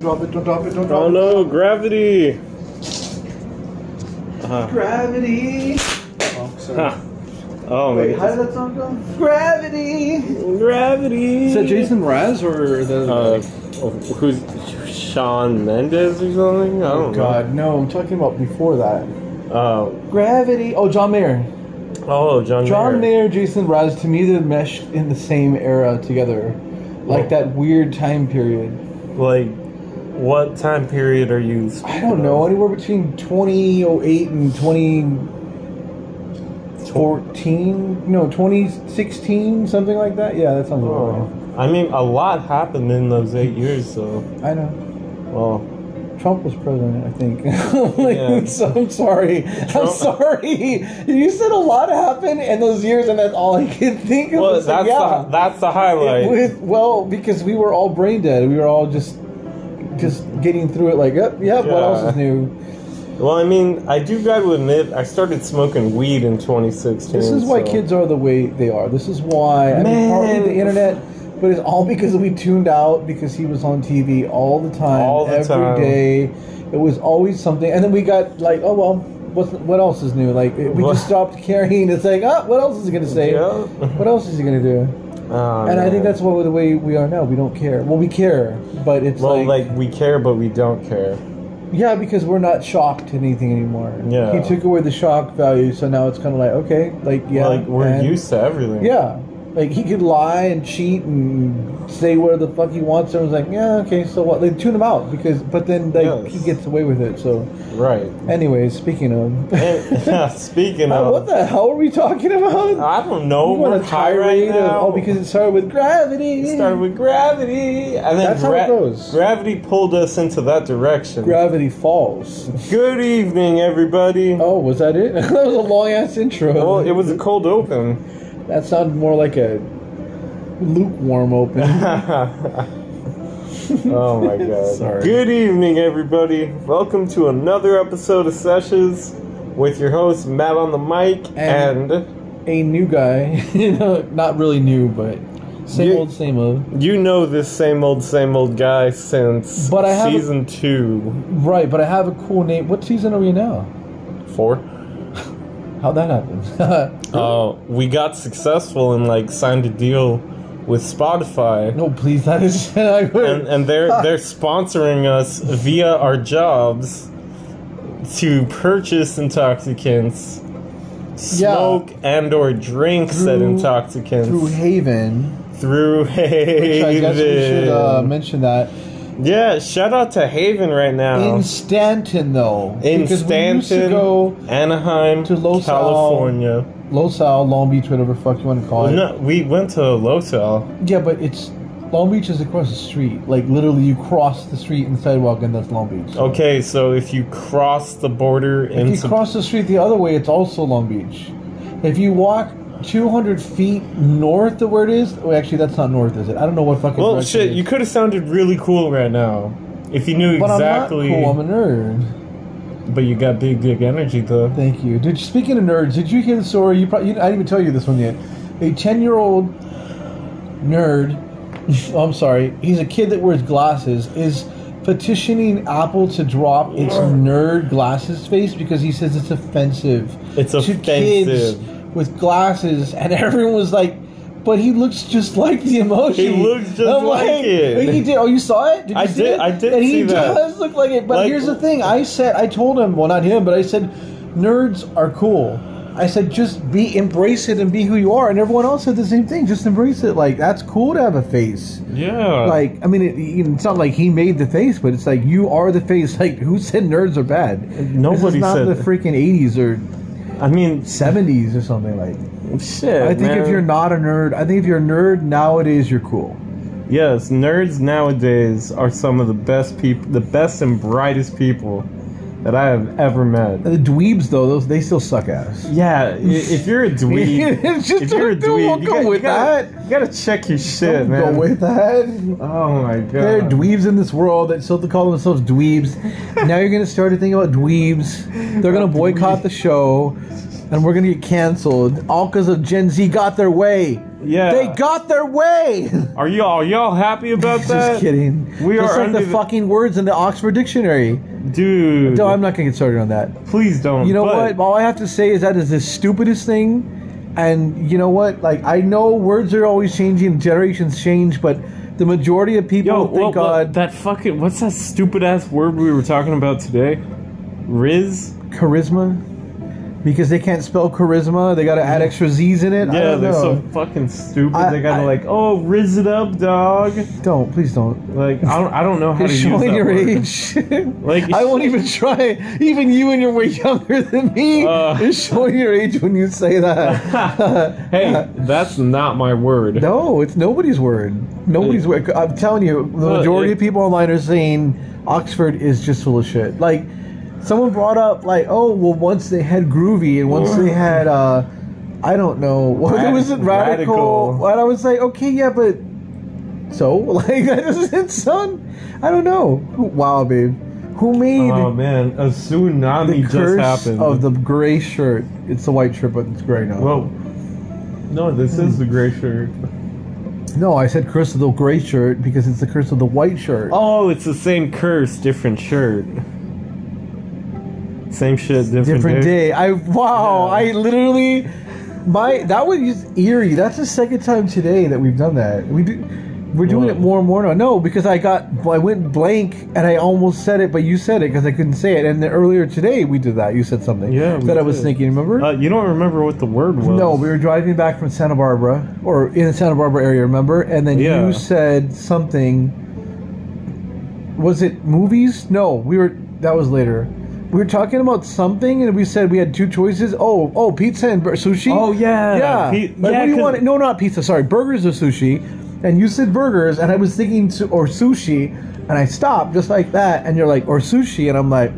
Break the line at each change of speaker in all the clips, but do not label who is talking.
Drop it, don't drop it, don't drop
Oh
it.
no, gravity! Uh-huh.
Gravity. Oh, sorry.
Huh. Oh,
Wait,
maybe.
how did that song go? Gravity.
Gravity!
Is that Jason Mraz or the?
Uh, who's Sean Mendes or something? I don't
Oh, God, no, I'm talking about before that.
know. Uh,
Gravity. Oh, John Mayer.
oh, John.
John
Mayer.
Mayer, Jason Mraz, to me, they meshed in the same era together,
Oh.
like that weird time period.
Like, what time period are you?
I
speaking
don't know,
of?
anywhere between 2008 and 2014, no, 2016, something like that. Yeah, that sounds about
Oh. I mean, a lot happened in those eight years, so
right. I know.
well.
Trump was president, I think. like,
Yeah.
so I'm sorry. I'm sorry. You said a lot happened in those years, and that's all I could think of.
Well,
was
that's
like, yeah.
the, that's the highlight.
With, well, because we were all brain dead. We were all just just getting through it. Like, yep, yep. What else is
Yeah.
new?
well, I mean, I do got to admit, I started smoking weed in 2016.
This is why
so-
kids are the way they are. This is why I mean, partly
Man.
the internet, but it's all because we tuned out because he was on TV all the time,
All the
every
time.
day. It was always something, and then we got like, oh well, what's, what else is new? Like we
What?
just stopped caring. It's like, oh, what else is he gonna say?
Yeah.
What else is he gonna do?
Oh,
And I think
man.
that's what the way we are now. We don't care. Well, we care, but it's
well, like, we care, but we don't care.
yeah, because we're not shocked to anything anymore.
Yeah.
he took away the shock value, so now it's kind of like okay, like yeah,
like we're
and-
used to everything.
Yeah, like he could lie and cheat and say where the fuck he wants. And I was like, yeah, okay, so what? They tune him out because, but then like
Yes.
he gets away with it. So,
Right.
anyways, speaking of,
And- speaking
Uh,
of,
what the hell are we talking about?
I don't know.
You want
Uh, We're
a
high right
tirade of-
now.
oh, because it started with gravity.
it started with gravity, and then
That's how it goes.
gravity pulled us into that direction.
gravity falls.
Good evening, everybody.
Oh, was that it? that was a long ass intro.
Well, it was a cold open.
that sounded more like a lukewarm open.
oh my god.
Sorry.
Good evening, everybody. Welcome to another episode of Sessions with your host, Matt on the mic,
And-
and,
a new guy, you know, not really new, but same
You-
old, same old.
you know this same old, same old guy since
But I have a-
season two.
Right, but I have a cool name. What season are we in now?
Four?
How'd that happen?
Uh, we got successful and like signed a deal with Spotify,
no, please, that is. I
and,
would.
and they're they're sponsoring us via our jobs to purchase intoxicants,
Yeah.
smoke and or drinks that
Through-
intoxicants
Through Haven,
through
which I
Haven.
guess we should uh, mention that.
yeah, shout out to Haven right now
In Stanton, though.
Oh. in
because We used to
Stanton,
go
Anaheim,
to Los Al-
California.
Los Al, Long Beach, whatever the fuck you want to call it.
No, we went to Losal.
Yeah, but it's Long Beach is across the street. Like literally, you cross the street and sidewalk, and that's Long Beach.
Okay, so if you cross the border
If you
into
cross the street the other way, it's also Long Beach. If you walk 200 feet north of where it is, well, actually, that's not north, is it? I don't know what fucking.
Well,
direction
shit,
it
you
is.
could have sounded really cool right now. If you knew
But
exactly.
I'm not cool. I'm a nerd.
But you got big dick energy, though.
Thank you, dude. Speaking of nerds, did you hear the story? You probably you, I didn't even tell you this one yet. A 10 year old nerd. oh, I'm sorry. He's a kid that wears glasses. Is petitioning Apple to drop its nerd glasses face because he says it's offensive.
It's
to
offensive.
kids with glasses, and everyone was like, "But he looks just like the emoji.
He looks just like it."
He did. Oh, you saw it? Did you
I
see
did-
It?
I did
And he
see that.
does look like it. But
Like-
here's the thing: I said, I told him, well, not him, but I said, nerds are cool. I said, just be embrace it and be who you are. And everyone else said the same thing. Just embrace it. Like that's cool to have a face.
Yeah.
Like I mean, it, you know, it's not like he made the face, but it's like you are the face. Like who said nerds are bad? This is
Nobody
not
said
the
that.
freaking eighties or
I mean,
seventies or something like.
shit.
I think if
man.
you're not a nerd, I think if you're a nerd nowadays, you're cool.
Yes, nerds nowadays are some of the best people, the best and brightest people that I have ever met.
The dweebs though, those they still suck ass.
Yeah, i- if you're a dweeb.
It's just
If you're a
don't
dweeb, you,
go
got, you,
with
gotta,
that.
you gotta check your shit,
Don't
man.
go with that.
oh my god.
There are dweebs in this world that still call themselves dweebs. now you're gonna start to think about dweebs. They're gonna boycott the show, and we're gonna get canceled. All because of Gen Z got their way.
Yeah.
They got their way.
Are y'all are y'all happy about that?
Just kidding.
We
Just
are
like the,
under the-
fucking words in the Oxford Dictionary.
dude.
No, I'm not gonna get started on that.
please don't.
You know
but
what? All I have to say is that is the stupidest thing. And you know what? Like I know words are always changing, generations change, but the majority of people,
Yo,
Oh, thank
what- what-
God,
that fucking what's that stupid ass word we were talking about today? Riz.
charisma, because they can't spell charisma, they got to add extra z's in it. I
Yeah,
don't
they're
know.
so fucking stupid.
I-
they gotta
I-
like, oh, riz it up, dog.
Don't please don't.
Like, I don't, I don't know how
You're
to use
showing
that
your
word.
age.
Like-
I won't even try. Even you, and you're way younger than me,
Uh.
is showing your age when you say that.
Hey, that's not my word.
no, it's nobody's word. Nobody's word. I'm telling you, the
Well,
majority
it-
of people online are saying Oxford is just full of shit. Like, someone brought up like, oh, well, once they had groovy, and once they had, uh, I don't know, what
Rad-
was it radical?
radical.
And I was like, okay, yeah, but so like that doesn't sound. I don't know. Who- Wow, babe, who made
Oh man,
the
a tsunami just
curse
happened.
of the gray shirt? It's the white shirt, but it's gray now.
Whoa. No, this is the gray shirt.
no, I said curse of the gray shirt because it's the curse of the white shirt.
Oh, it's the same curse, different shirt. Same shit, different,
different
day.
day. I wow,
Yeah.
I literally my that was just eerie. That's the second time today that we've done that. We do we're doing
Whoa.
it more and more now. No, because I got I went blank and I almost said it, but you said it because I couldn't say it. And then earlier today we did that. You said something.
Yeah, we
that I was
did.
thinking. Remember?
Uh, you don't remember what the word was?
no, we were driving back from Santa Barbara or in the Santa Barbara area. Remember? And then
Yeah.
you said something. Was it movies? No, we were. That was later. We were talking about something, and we said we had two choices. Oh, oh, pizza and bur- sushi.
Oh, yeah.
yeah.
Pe-
like,
yeah,
what do you
'cause-
want? No, not pizza. Sorry, burgers or sushi. And you said burgers, and I was thinking su- or sushi, and I stopped just like that. And you're like or sushi, and I'm like,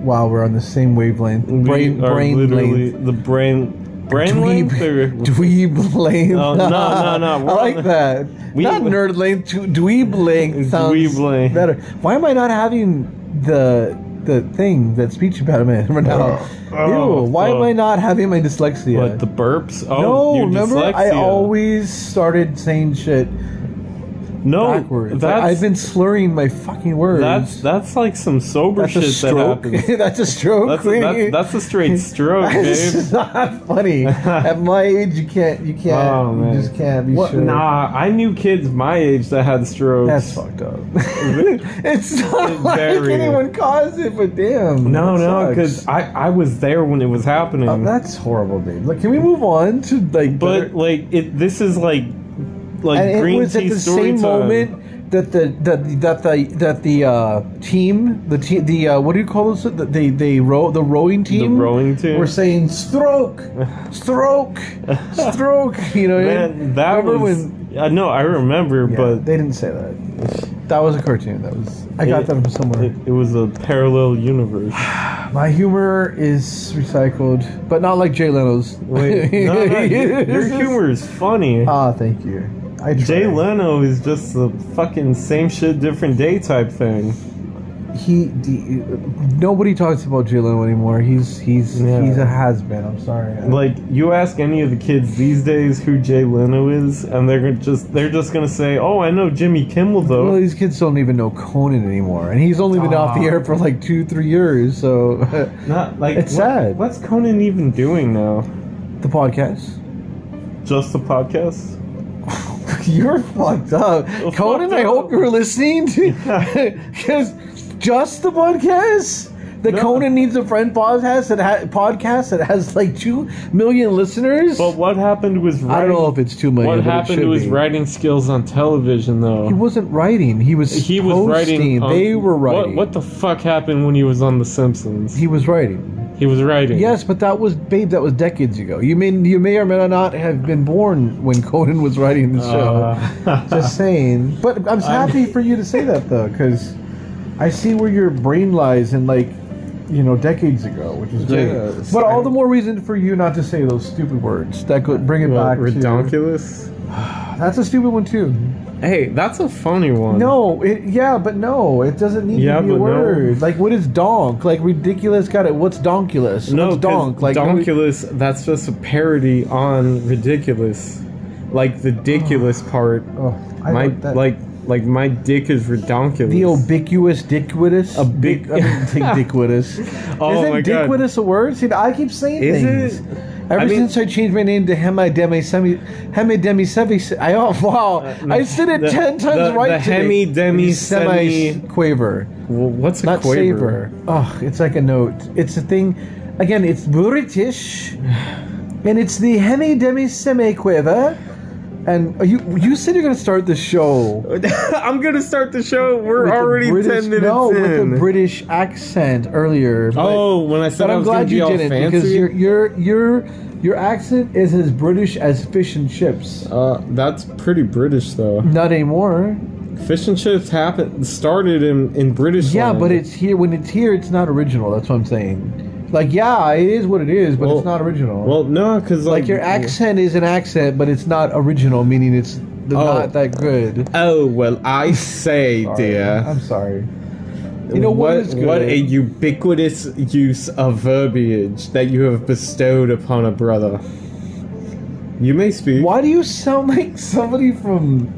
wow, we're on the same wavelength.
We
Brain,
are
brain,
literally
length.
the brain, brain length. Or,
Dweeb, dweeb length.
Oh, no, no, no, we're
I
on
like
the-
that.
We-
not nerd length. dwe- Dweeb length sounds
Dweeb length.
better. Why am I not having the the thing that speech impediment right now?
Oh,
Ew, why am
oh.
I not having my dyslexia?
What the burps? Oh,
no,
your
remember I
dyslexia.
always started saying shit
no.
backwards. Like,
Oh, That's,
I've been slurring my fucking words.
that's that's like some sober
That's
shit
a stroke.
that happens.
that's a stroke.
That's a, that's, that's a straight stroke,
It's
babe.
not funny. At my age, you can't. You can't.
Oh man,
You just can't be
What-
sure.
Nah, I knew kids my age that had strokes.
That's fucked up. it's not
It's
like
very-
anyone caused it, but damn.
No,
it
no,
sucks.
because I, I was there when it was happening.
Oh, that's horrible, dude. Like, can we move on to like?
but
better-
like it, this is like like
and it
green
was
tea
at the
story
same
time.
moment that the that the that the that the uh, team the team the uh, what do you call this the they they row the rowing team
rowing team?
were saying stroke stroke stroke you know
Man, that
remember
was.
when
I know, I remember,
Yeah,
but
they didn't say that that was a cartoon that was I got
It-
that from somewhere
it, it was a parallel universe.
my humor is recycled but not like Jay Leno's
Wait, no, no, your, your
This is-
humor is funny.
ah thank you I
Jay
try.
Leno is just the fucking same shit, different day type thing.
he d- nobody talks about Jay Leno anymore. He's he's
Yeah.
he's a has been. I'm sorry.
Like you ask any of the kids these days who Jay Leno is, and they're gonna just they're just gonna say, "Oh, I know Jimmy Kimmel
well,
though."
these kids don't even know Conan anymore, and he's only been off the
Aw.
air for like two three years. So
Not like
It's
what-
sad.
What's Conan even doing now?
the podcast.
Just the podcast?
You're fucked up,
Well,
Conan.
fucked
I
up.
hope you're listening to because just the podcast. The
No.
Conan needs a friend podcast that ha- podcast that has like two million listeners.
But what happened was
I don't
writing,
know if it's two million.
what
but it
happened
should
was
be.
writing skills on television
He
though.
wasn't writing. He was
He was
posting.
writing. on-
they were writing.
What, what the fuck happened when he was on The Simpsons?
He was writing.
He was writing.
Yes, but that was babe. That was decades ago. You mean you may or may not have been born when Conan was writing the show.
Uh,
Just saying. But Uh-huh. I'm happy for you to say that though, because I see where your brain lies in like, you know, decades ago, which is great.
Yes.
But all the more reason for you not to say those stupid words. That could bring it
What,
back. To,
redonkulous.
that's a stupid one too.
Hey, that's a funny one.
No, it yeah, but no, it doesn't need
Yeah,
to be a
but no.
word. Like what is donk? Like ridiculous got it. What's donkulous?
no,
What's
'cause
donk? Like nobody-
donkulous. That's just a parody on ridiculous. Like the diculous part.
Oh, I
my
wrote that.
like like my dick is redonkulous.
the ubiquitous dickwitous. A
big-
I mean, dick- dickwitous.
Oh
Isn't
my God.
dickwitous a word? See, I keep saying
Is
things.
it?
Ever
I mean-
since I changed my name to Hemi Demi Semi Hemi Demi Semi, I oh wow, I said it
Uh, the-
ten times
the-
right.
the
today.
Hemi Demi
Semi
Semi-
Quaver.
well, what's a
not saber.
quaver?
Oh, it's like a note. It's a thing. Again, it's British, and it's the Hemi Demi Semi Quaver. And are you you said you're going to start the show.
I'm gonna start the show. We're
with a
already
British-
ten minutes
No,
in.
with a British accent earlier. but-
oh, when I said
but
I
I'm
was gonna
glad
be
you
all
didn't
fancy.
because your your your your accent is as British as fish and chips.
uh, that's pretty British though.
Not anymore.
Fish and chips happened started in in British.
Yeah,
land.
but it's here. When it's here, it's not original. That's what I'm saying. Like, yeah, it is what it is, but
Well-
it's not original.
well no, because like,
like your accent is an accent, but it's not original, meaning it's not that good.
Oh well, I say, dear.
I'm sorry. You know
what?
what is good?
What a ubiquitous use of verbiage that you have bestowed upon a brother. You may speak.
Why do you sound like somebody from?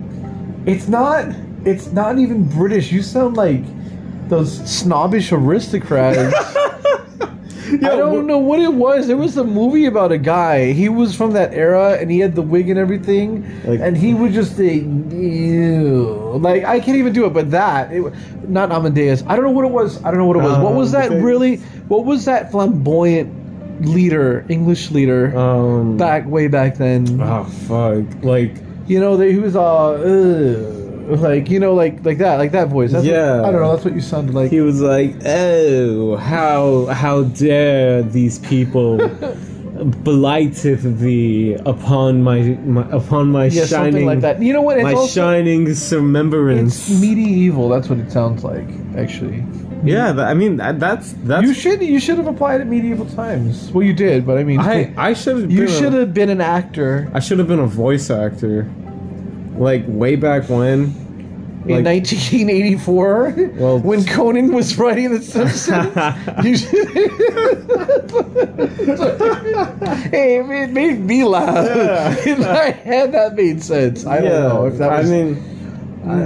It's not. It's not even British. You sound like those snobbish aristocrats. I don't know what it was. There was a movie about a guy. He was from that era, and he had the wig and everything,
Like-
and he would just say, "Ew." Like I can't even do it. But that, it, wa- not Amadeus. I don't know what it was. I don't know what it was. what was that
Uh, Amadeus.
really? What was that flamboyant leader, English leader,
Um.
back way back then?
Oh fuck! Like
You know, they, he was all, Ugh, like, you know, like like that, like that voice. That's what-
Yeah.
I don't know, that's what you sounded like.
he was like, "Oh, how how dare these people." Blighteth thee upon my, my upon my
yeah,
shining
something like that. You know what? It's
my
also,
shining
it's
remembrance.
medieval. That's what it sounds like, actually.
Yeah, tha- I mean that, that's that's.
you should you should have applied at medieval times. Well, you did, but I mean,
I I should have.
you
been a-
should have been an actor
I should have been a voice actor, like way back when.
in
Like-
1984
Well-
when Conan was writing The Simpsons. you should. hey, it made- made me laugh. In my head, that made sense. I don't know if that was. Hmm.
I mean,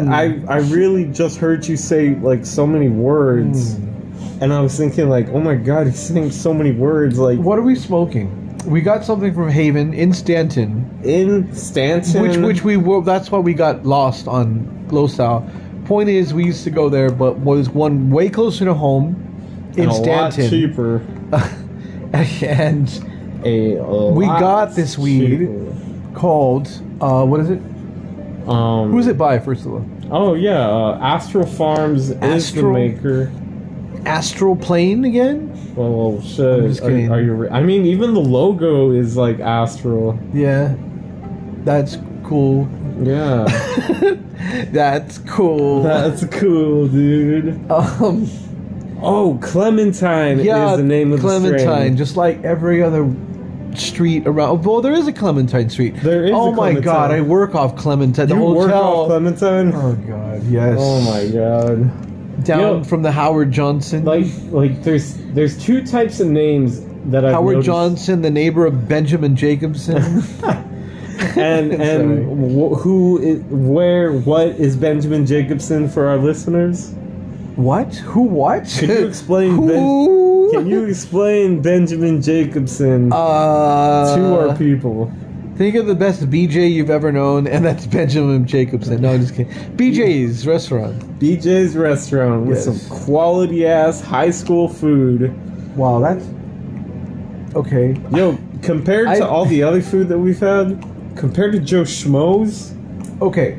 I, I I really just heard you say like so many words,
Hmm.
and I was thinking like, oh my god, he's saying so many words like
What are we smoking? We got something from Haven in Stanton,
in Stanton,
which which we were, that's why we got lost on Losal. Point is, we used to go there, but was one way closer to home in
and a lot
Stanton,
cheaper.
and
A, a
We
lot
got this weed.
cheaper.
called uh, what is it?
Um,
Who's it by? First of all,
Oh yeah, uh, Astral Farms is the
Astral-
maker.
Astral Plane again?
Well, well shit.
I'm just
are,
kidding.
are you? Re- I mean, even the logo is like Astral.
Yeah, that's cool.
Yeah.
That's cool.
That's cool, dude.
um,
Oh, Clementine
yeah,
is the name of
Clementine,
the strain.
just like every other street around. Oh, Well, there is a Clementine Street.
There is
Oh
a
my God,
Clementine.
I work off Clementine. The
You
hotel.
work off Clementine?
oh God, yes.
Oh my god.
Down
Yo.
from the Howard Johnson.
Like, like there's there's two types of names that I've
Howard
noticed.
Johnson, the neighbor of Benjamin Jacobson.
and and wh- who is where what is Benjamin Jacobson for our listeners?
what? Who? What?
Can you explain Ben-
Who?
Can you explain Benjamin Jacobson
Uh,
to our people?
Think of the best BJ you've ever known, and that's Benjamin Jacobson. No, I'm just kidding. BJ's restaurant.
BJ's restaurant with
Yes.
some quality ass high school food.
Wow, that's okay.
Yo, compared
I-
to all the other food that we've had, compared to Joe Schmo's,
Okay,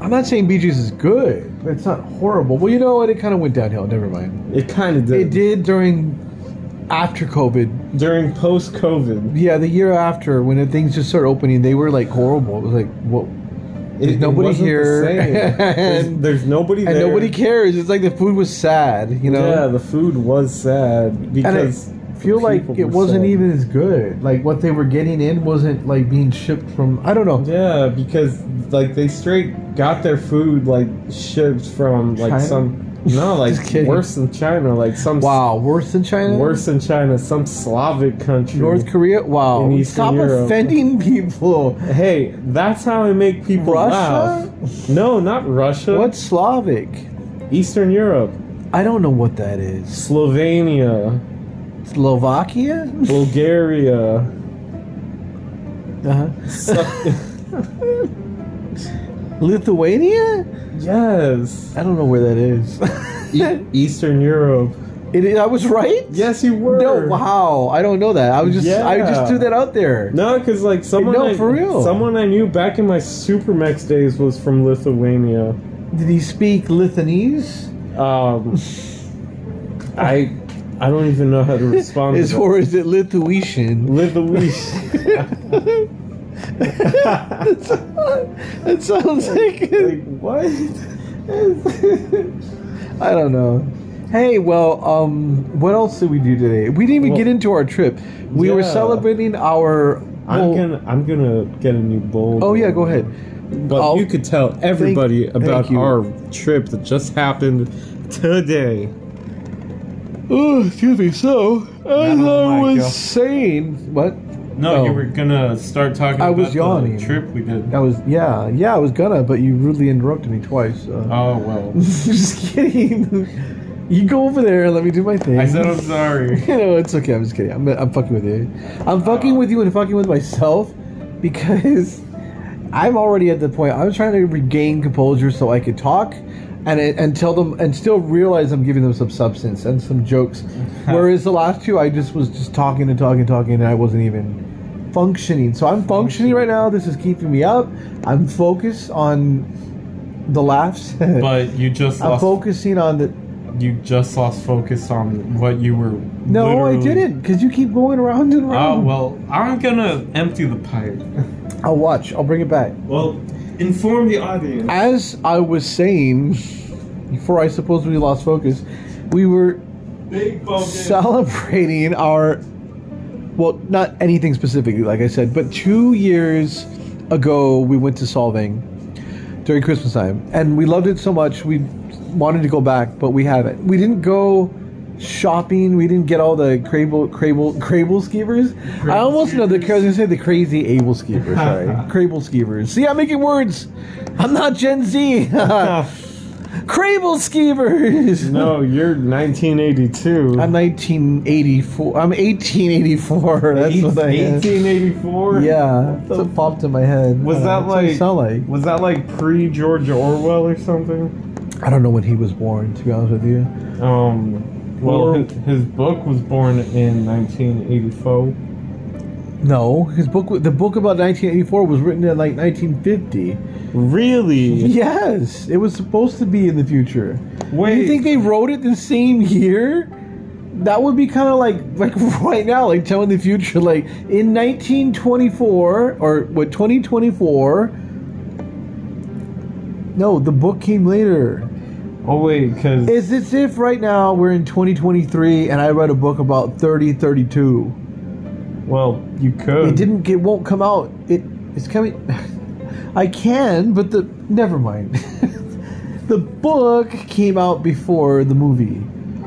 I'm not saying BJ's is good. but It's not horrible. Well, you know what? It kind of went downhill. Never mind.
it kind of did.
It did during after COVID.
During post COVID.
Yeah, the year after when things just started opening, they were like horrible. It was like what,
There's
nobody here,
there's,
and-
there's nobody
and
there.
nobody cares. It's like the food was sad. You know.
Yeah, the food was sad
And I
because.
feel
the
like
people
it
were
wasn't
sad.
even as good. Like what they were getting in wasn't like being shipped from. I don't know.
Yeah, because like they straight got their food like shipped from like
China?
some. No, like
Just kidding.
worse than China, like some s-
Wow, worse than China.
worse than China, some Slavic country.
North Korea. Wow,
In Eastern
stop
Europe.
offending people.
Hey, that's how I make people
Russia?
laugh. No, not Russia.
What's Slavic?
Eastern Europe,
I don't know what that is.
Slovenia,
Slovakia?
Bulgaria.
Uh-huh.
Su-
Lithuania?
yes,
I don't know where that is.
E- Eastern Europe.
it is I was right.
Yes, you were.
No, wow. I don't know that. I was just I
Yeah.
just threw that out there.
No, because like someone,
No,
I,
for real.
someone I knew back in my Supermax days was from Lithuania.
Did he speak Lithuanese?
Um, I, I don't even know how to respond.
Is
to
or is it Lithuatian?
Lithuania.
that sounds like
like what?
I don't know. Hey, well, um, what else did we do today? We didn't even
Well-
get into our trip. We were
Yeah.
celebrating our.
I'm
well-
gonna, I'm gonna get a new bowl.
Oh yeah, go ahead.
But
I'll-
you could tell everybody
thank
about
you.
our trip that just happened today.
Oh, excuse me. So, as
Oh,
I
my
was
God.
saying, what?
No,
Oh.
you were gonna start talking
I
about
was
the
yawning.
trip we did.
I was yeah, yeah. I was gonna, but you rudely interrupted me twice. So.
Oh well.
just kidding. You go over there. Let me do my thing.
I said I'm sorry.
you know, it's okay. I'm just kidding. I'm, I'm fucking with you. I'm fucking with you and fucking with myself because I'm already at the point. I'm trying to regain composure so I could talk and and tell them and still realize I'm giving them some substance and some jokes. Whereas the last two, I just was just talking and talking and talking and I wasn't even functioning. So I'm functioning right now. This is keeping me up. I'm focused on the laughs.
But you just
I'm
lost.
focusing on the
you just lost focus on what you were.
no, I
literally-
didn't, because you keep going around and
Oh
around.
well, I'm gonna empty the pipe.
I'll watch. I'll bring it back.
Well, inform the audience.
As I was saying, before I supposedly lost focus, we were
Big focus.
celebrating our, well, not anything specifically, like I said, but two years ago we went to Solving during Christmas time, and we loved it so much we wanted to go back, but we haven't. We didn't go shopping. We didn't get all the crable crable crable skeevers. I almost know the I was gonna say the crazy able skeevers. Sorry, crable skeevers. See, I'm making words. I'm not Gen Z. crable skeevers.
No, you're 1982.
I'm 1984. I'm 1884. That's
Eight-
what I am.
1884.
Yeah, that's what popped in my head.
Was
I don't know, that's
that
what you
like,
sound like?
was that like pre George Orwell or something?
I don't know when he was born. To be honest with you,
Um, well,
Or-
his, his book was born in 1984.
no, his book, the book about 1984, was written in like 1950.
Really?
Yes, it was supposed to be in the future.
Wait.
You think they wrote it the same year? That would be kind of like like right now, like telling the future, like in 1924 or what 2024. No, the book came later.
oh wait, because
It's as if right now we're in 2023 and I read a book about 3032.
well, you could.
It didn't. It won't come out. It it's coming. I can, but the never mind. the book came out before the movie.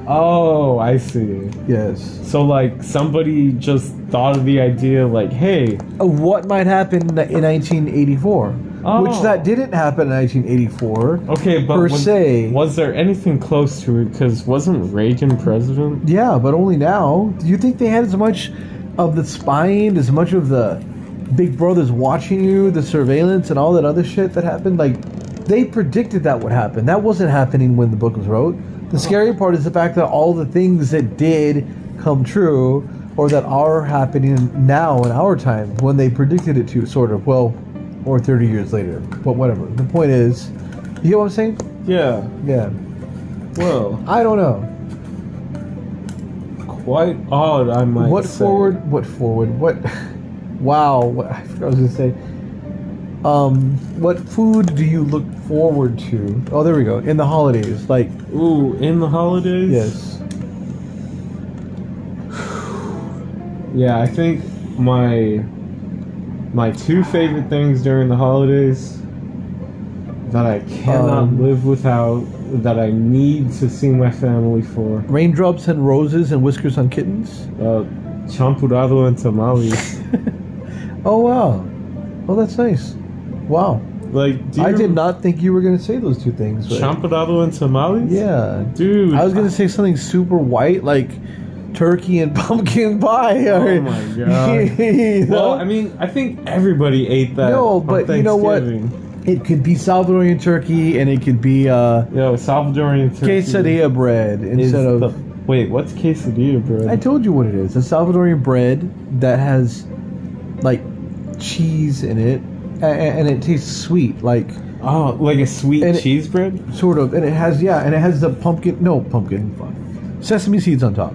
Oh, I see.
Yes.
So like somebody just thought of the idea, like, hey,
Of what might happen in 1984, which
Oh.
that didn't happen in 1984.
okay, but
Per
was,
se.
was there anything close to it? Because wasn't Reagan president?
Yeah, but only now. Do you think they had as much of the spying, as much of the Big Brother's watching you, the surveillance, and all that other shit that happened? Like, they predicted that would happen. That wasn't happening when the book was wrote. The scary part is the fact that all the things that did come true, or that are happening now in our time, when they predicted it to, sort of, well, or 30 years later. But whatever. The point is, you know what I'm saying?
Yeah.
Yeah.
Well,
I don't know.
quite odd, I might
what
say.
forward? What forward? What? Wow! What, I forgot what I was gonna say. Um, what food do you look forward to? Oh, there we go. In the holidays, like
Ooh, in the holidays.
yes,
Yeah, I think my my two favorite things during the holidays that I cannot
Um,
live without, that I need to see my family for.
Raindrops and roses and whiskers on kittens.
Uh, champurrado and tamales.
Oh wow. Oh, that's nice. Wow.
Like, do you
I did not think you were going to say those two things. but-
Champurrado and tamales?
yeah.
Dude.
I was going to say something super white like turkey and pumpkin pie.
Oh my God.
You know?
Well, I mean, I think everybody ate that.
No,
on
but you know what?
Thanksgiving.
it could be Salvadorian turkey and it could be uh,
Yo, Salvadorian turkey
quesadilla bread
is
instead of.
the- wait, what's quesadilla, bro?
I told you what it is. It's Salvadorian bread that has like cheese in it, a- a- and it tastes sweet, like
oh, like a sweet
And it-
cheese bread?
sort of. And it has yeah, and it has the pumpkin. No pumpkin, fuck. sesame seeds on top.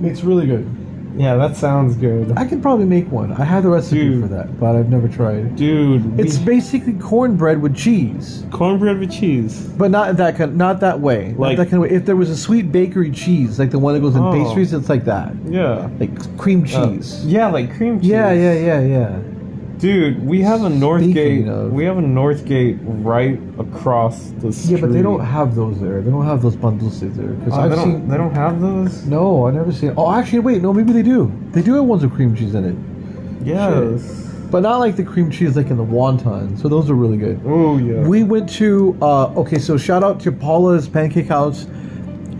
It's really good.
Yeah, that sounds good.
I could probably make one. I have the recipe
Dude.
for that, but I've never tried.
Dude,
It's
it's
basically cornbread with cheese,
cornbread with cheese.
but not that kind, not that way. Like
Like-
that kind of way. If there was a sweet bakery cheese, like the one that goes in
Oh.
pastries, it's like that,
Yeah.
like cream
Uh,
cheese.
yeah, like cream cheese.
yeah, yeah, yeah, yeah.
Dude, we have a Northgate.
Speaking of-
We have a Northgate right across the street.
Yeah, but they don't have those there. They don't have those bundles there. Because
Oh,
I've
they, don't
seen.
they don't have those.
No, I never seen. Oh, actually, wait. No, maybe they do. They do have ones with cream cheese in it,
Yes.
but not like the cream cheese like in the wonton. So those are really good.
Oh yeah.
We went to. Uh, okay, so shout out to Paula's Pancake House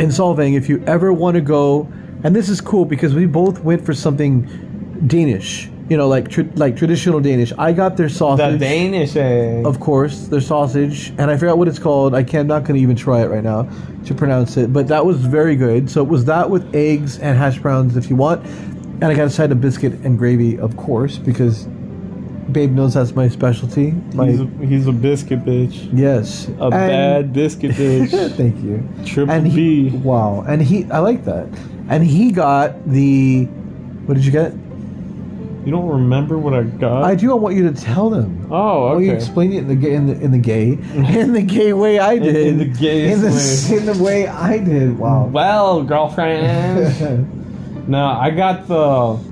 in Solvang if you ever want to go. And this is cool because we both went for something Danish. You know, like tr- like traditional Danish. I got their
the
sausage.
Danish eh? egg.
of course, their sausage, and I forgot what it's called. I can not going to even try it right now to pronounce it, but that was very good. So it was that with eggs and hash browns if you want, and I got a side of biscuit and gravy, of course, because Babe knows that's my specialty. My
he's, a, he's a biscuit bitch.
yes,
A bad biscuit bitch.
Thank you.
Triple
And he,
B.
wow, and he, I like that. And he got the, what did you get?
You don't remember what I got?
I do. I want you to tell them.
oh,
Well, you
okay.
explain it in the gay, in the in the gay, in the gay way I did,
in the gayest
in the,
way.
s- in the way I did. Wow.
Well, girlfriend. no, I got the.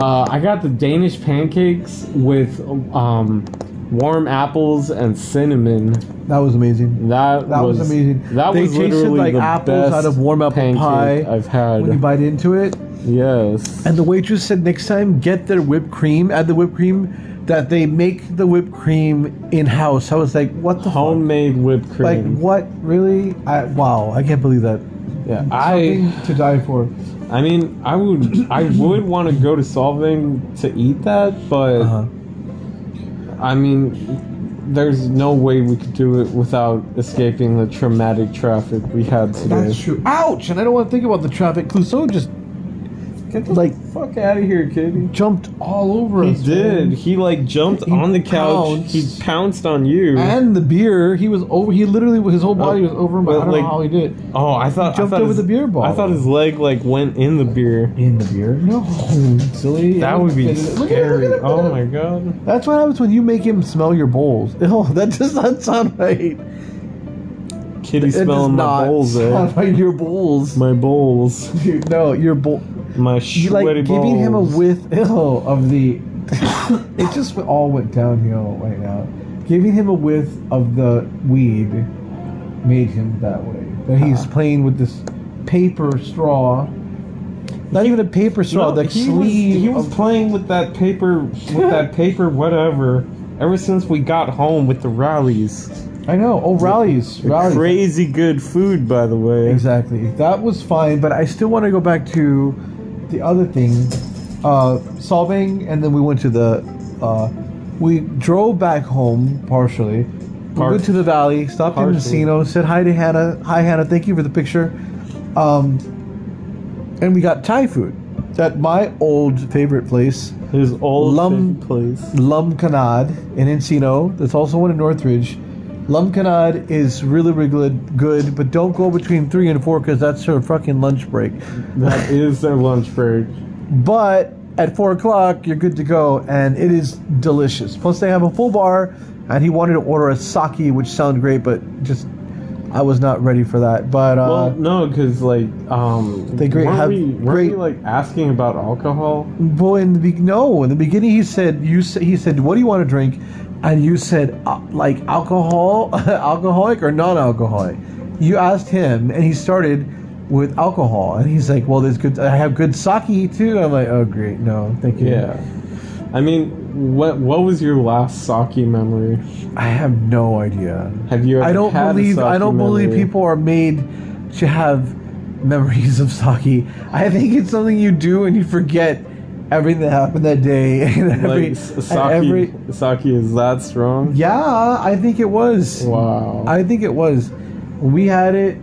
Uh, I got the Danish pancakes with um, warm apples and cinnamon.
That was amazing.
That,
That was amazing.
That
They
was
tasted
literally
like
the
apples
best
out of warm apple
pancake
pie.
I've had.
When you bite into it,
yes.
and the waitress said next time get their whipped cream. Add the whipped cream that they make the whipped cream in house. I was like, what the fuck?
Homemade whipped
Like
cream.
what? Really? I, wow! I can't believe that.
yeah, I.
Something to die for.
I mean, I would. I would want to go to Solving to eat that, but
Uh-huh.
I mean, there's no way we could do it without escaping the traumatic traffic we had today.
That's true. Ouch! And I don't want to think about the traffic. Clouseau just
Get the
like-
fuck out of here, kitty.
jumped all over
He
us.
did.
man.
He like jumped
He
on the couch.
pounced.
He pounced on you.
And the beer, he was over. He literally, his whole body
Oh,
was over him. But
well,
I don't
like-
know how he did. it.
oh, I thought
jumped
I thought
over
his-
the beer bottle.
I thought his leg like went in the beer.
In the beer? No, silly.
That would be
Look at it, look at it,
scary.
look at it, look at
Oh
it.
my god.
That's what happens when you make him smell your bowls. Oh, that does not sound right.
Kitty
It does
smelling my
not
bowls.
sound
Eh?
right. Your bowls.
My bowls.
Dude, no, your bowl.
My
You
sweaty
like
balls.
giving him a whiff ill of the it just went- all went downhill right now giving him a whiff of the weed made him that way that he's playing with this paper straw not even a paper straw
No,
the
he
sleeve
was, he was
of-
playing with that paper, with that paper, whatever. Ever since we got home with the rallies,
i know oh rallies rallies
crazy good food, by the way.
Exactly. That was fine, but I still want to go back to the other thing, uh, solving, and then we went to the. Uh, we drove back home partially. we
Par-
went to the valley, stopped in
partially.
Encino, said hi to Hannah. Hi, Hannah. Thank you for the picture. Um, and we got Thai food at my old favorite place,
His old
Lum-
Lum- place.
Lum Canad in Encino. There's also one in Northridge. Lum Canad is really, really good- good, but don't go between three and four because that's their fucking lunch break.
That is their lunch break.
But at four o'clock, you're good to go, and it is delicious. Plus, they have a full bar, and he wanted to order a sake, which sounded great, but just I was not ready for that. But uh,
Well, no, because like um,
They great-
weren't
have
we, weren't
great- Mm-hmm.
we like asking about alcohol?
Well, in the be- no, in the beginning he said you. Say, he said, "What do you want to drink?" and you said uh, like alcohol, alcoholic or non-alcoholic. You asked him, and he started with alcohol, and he's like, "Well, there's good. I have good sake too." I'm like, "Oh, great, no, thank you."
Yeah. I mean, what what was your last sake memory?
I have no idea.
Have you? Ever
I don't
had a
believe I
sake
don't believe
memory?
people are made to have memories of sake. I think it's something you do and you forget everything that happened that day and every,
like s-
and
sake.
every-
sake is that strong?
Yeah, I think it was.
Wow.
I think it was. We had it.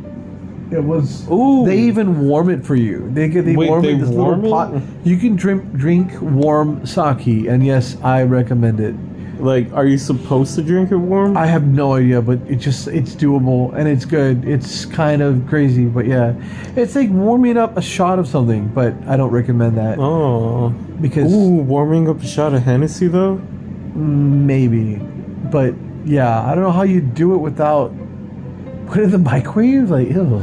It was.
Ooh.
They even warm it for you. They get they
Wait,
warm
they
it in this
warm
little pot.
it?
You can drink drink warm sake, and yes, I recommend it.
like, are you supposed to drink it warm?
I have no idea, but it just it's doable and it's good. It's kind of crazy, but yeah, it's like warming up a shot of something, but I don't recommend that
oh.
because
Ooh, warming up a shot of Hennessy though.
maybe, but yeah, I don't know how you do it without put it in the microwave. Like, ew.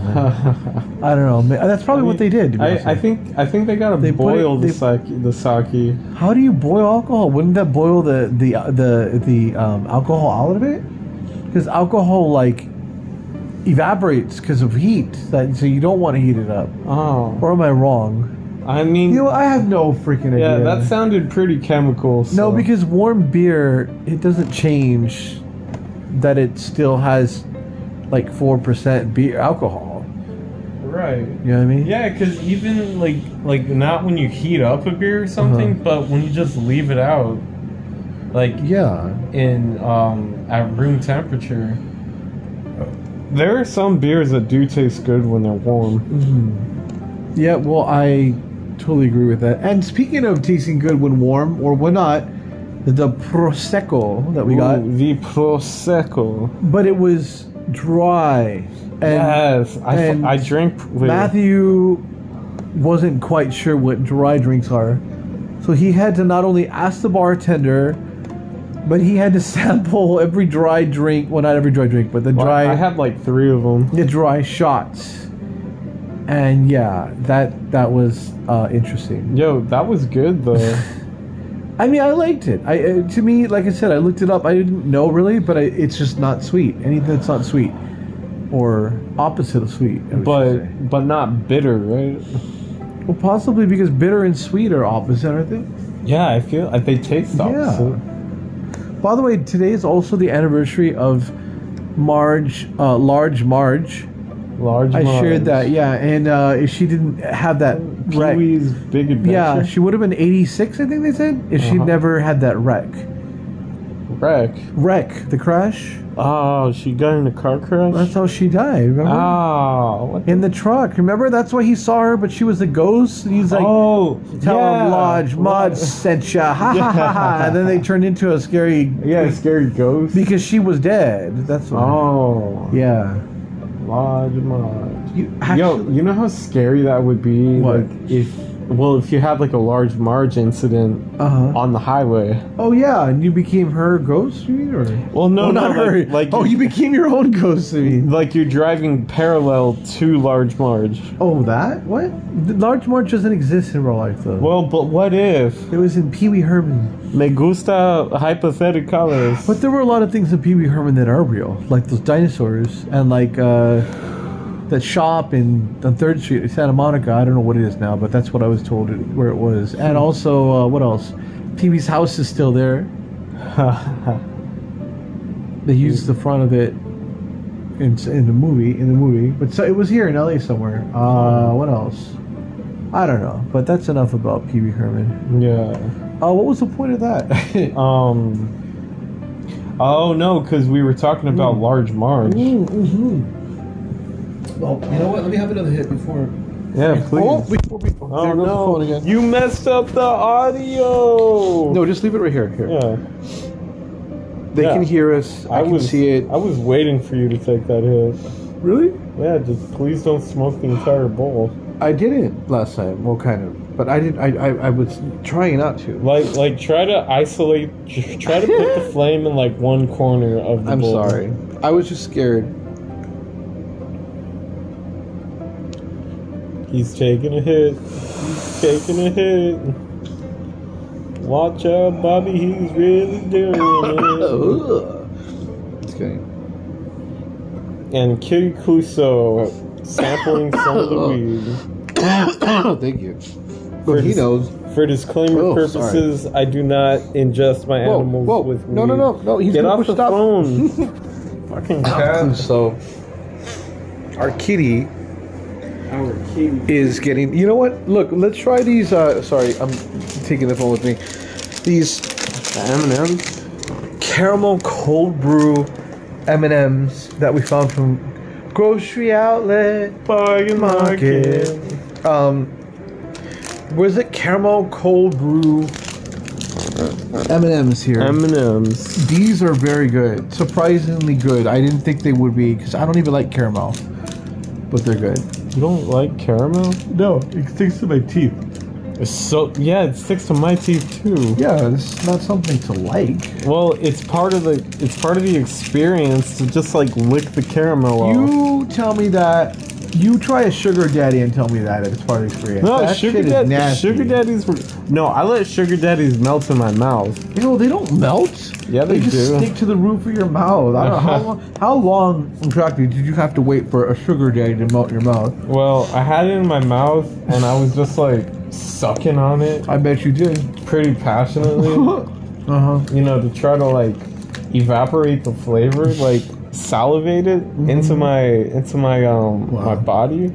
I don't know. ma- That's probably what they did. to be honest
I, I
with you.
think I think they gotta
They put it-
boil
they-
the sake. The sake.
How do you boil alcohol? Wouldn't that boil the the the the um, alcohol out of it? Because alcohol like evaporates because of heat, that, so you don't want to heat it up.
Oh,
Or am I wrong?
I mean,
You know, I have no freaking
yeah,
idea.
that sounded pretty chemical.
no,
so-
because warm beer it doesn't change that it still has like four percent beer alcohol.
Right.
You know what I mean?
Yeah, because even like like not when you heat up a beer
Uh-huh.
or something, but when you just leave it out, like
Yeah.
in um at room temperature.
there are some beers that do taste good when they're warm.
Yeah, well, I totally agree with that. And speaking of tasting good when warm or when not, the prosecco that we got,
Ooh, the prosecco.
but it was dry, and
yes, I, f-
and
I drank. Wait,
Matthew wasn't quite sure what dry drinks are, so he had to not only ask the bartender, but he had to sample every dry drink. Well, not every dry drink, but the
well,
dry
I had like three of them.
the dry shots. And yeah, that that was uh, interesting.
Yo, that was good though.
I mean, I liked it. I uh, to me, like I said, I looked it up. I didn't know really, but I, it's just not sweet. Anything that's not sweet, or opposite of sweet. I would say.
but but not bitter, right?
well, possibly because bitter and sweet are opposite, aren't they?
Yeah, I feel like they taste opposite.
By the way, today is also the anniversary of Marge, uh, large Marge.
Large.
I shared that,
Mars.
yeah, and uh, if she didn't have that wreck,
Pee-wee's Big Adventure.
yeah, she would have been 86, I think they said, if she
Uh-huh.
never had that wreck.
wreck.
Wreck, the crash.
Oh, she got in a car crash.
That's how she died. Remember?
oh, what the-
in the truck. Remember, that's why he saw her, but she was a ghost. And he's like,
oh,
"Tell
yeah.
him Lodge Mod sent ya." Ha ha ha ha! And then they turned into a scary
Yeah, scary ghost.
because she was dead. That's why.
oh,
Yeah.
Lodge Mod.
You
Yo, you know how scary that would be?
What?
Like if, well, if you had like a large Marge incident
Uh huh.
on the highway.
Oh yeah, and you became her ghost, you mean, or
Well, no,
Oh,
no,
not
like,
her?
Like,
oh, you became your own ghost, I mean.
like you're driving parallel to Large Marge.
Oh, that what? The Large March doesn't exist in real life, though.
Well, but what if?
it was in Pee Wee Herman,
Me gusta hypotheticales.
but there were a lot of things in Pee Wee Herman that are real, like those dinosaurs and like. uh that shop in on Third Street, in Santa Monica. I don't know what it is now, but that's what I was told it, where it was. And also, uh, what else? Pee-wee's house is still there. They used the front of it in in the movie. In the movie, but so it was here in L.A. somewhere. Uh, what else? I don't know. But that's enough about Pee Wee Herman.
yeah.
Uh, what was the point of that?
Um. Oh no, because we were talking about large Marge.
Well, you know what? Let me have another hit before.
Yeah, please.
Oh, before
Oh,
we, oh, there goes the
no,
phone again.
you messed up the audio.
No, just leave it right here. Here,
Yeah,
they
yeah.
can hear us. I, can
was,
see it.
I was waiting for you to take that hit.
Really?
Yeah, just please don't smoke the entire bowl.
I didn't last time. Well, kind of, but I did. I I, I was trying not to.
Like, like, try to isolate. tr- Try to put the flame in like one corner of the
I'm
bowl.
sorry. I was just scared.
He's taking a hit. He's taking a hit. Watch out, Bobby. He's really doing it.
Ugh. It's good.
And Kitty Cuso sampling some of the weed.
Thank you. But he
Fritz.
knows.
For disclaimer
Oh,
purposes, I do not ingest my
Whoa,
animals
whoa.
with weed.
No, no, no, no, he's
Get
gonna push
off the
stop.
phone. Fucking cat.
So, our kitty
Our king.
is getting. You know what? Look, let's try these. Uh, sorry, I'm taking the phone with me. These
The M&M's.
caramel cold brew M and M's that we found from grocery outlet.
Bargain market.
Um, was it caramel cold brew M and M's here?
M&M's.
These are very good, surprisingly good. I didn't think they would be because I don't even like caramel, but they're good.
You don't like caramel?
No, it sticks to my teeth.
It's so yeah, it sticks to my teeth too.
Yeah, it's not something to like.
Well, it's part of the it's part of the experience to just like lick the caramel
Oh.
off.
You tell me that. You try a sugar daddy and tell me that it's part of the experience.
No,
that
sugar
shit is
daddies.
nasty.
Sugar daddies were no. I let sugar daddies melt in my mouth.
You know they don't melt.
Yeah, they
just
do.
stick to the roof of your mouth. I don't know how long. How long exactly did you have to wait for a sugar daddy to melt your mouth?
Well, I had it in my mouth and I was just like sucking on it
I bet you did.
pretty passionately.
Uh huh.
you know, to try to like evaporate the flavor, like salivate it into my into my um
Mm-hmm. Wow.
my body.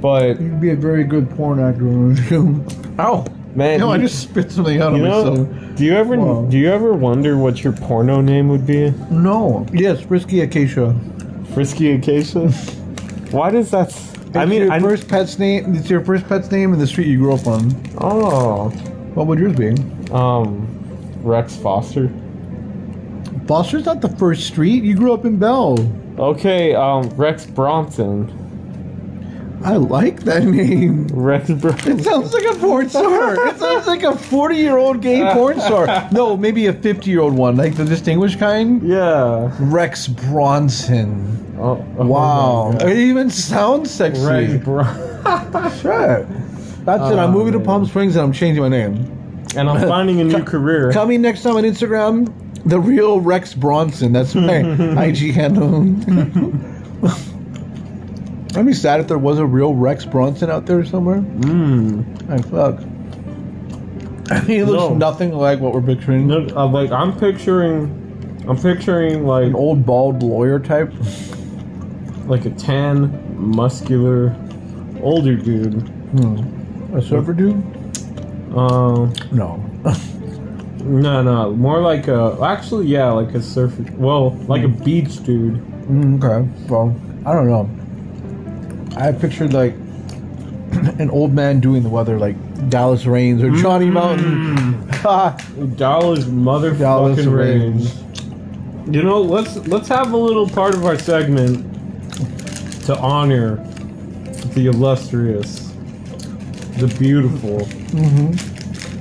But
You'd be a very good porn actor. wouldn't you? Ow!
man,
No, I
you-
just spit something out of
You know,
myself.
do you ever
Wow.
do you ever wonder what your porno name would be?
No. Yes, risky acacia.
Frisky Acacia. Why does that? s- I
It's
mean,
your
I
first pet's name. It's your first pet's name and the street you grew up on.
oh,
What would yours be?
um, Rex Foster.
Foster's not the first street. You grew up in Bell.
Okay, um, Rex Bronson.
I like that name.
Rex Bronson.
It sounds like a porn star. It sounds like a 40 year old gay porn star. No, maybe a 50 year old one, like the distinguished kind.
Yeah.
Rex Bronson.
Oh, oh
Wow.
my God.
it even sounds sexy.
Rex Bronson.
Sure. That's it. I'm
Oh,
moving
man.
to Palm Springs and I'm changing my name.
And I'm finding a new
Come-
career.
Coming next time on Instagram, the real Rex Bronson. That's my IG handle. I'd be sad if there was a real Rex Bronson out there somewhere.
Mm.
Like, fuck. He looks
No.
nothing like what we're picturing.
No, uh, like I'm picturing, I'm picturing like
An old bald lawyer type.
like a tan, muscular, older dude.
Hmm. A surfer dude?
Um.
No.
No, no, more like a actually, yeah, like a surfer. Well, like a beach dude.
Mm, okay. Well, I don't know. I pictured like an old man doing the weather, like Dallas Rains or Johnny Mountain. Ha!
Dallas motherfucking
Dallas
range. You know, let's let's have a little part of our segment to honor the illustrious, the beautiful,
Mm-hmm.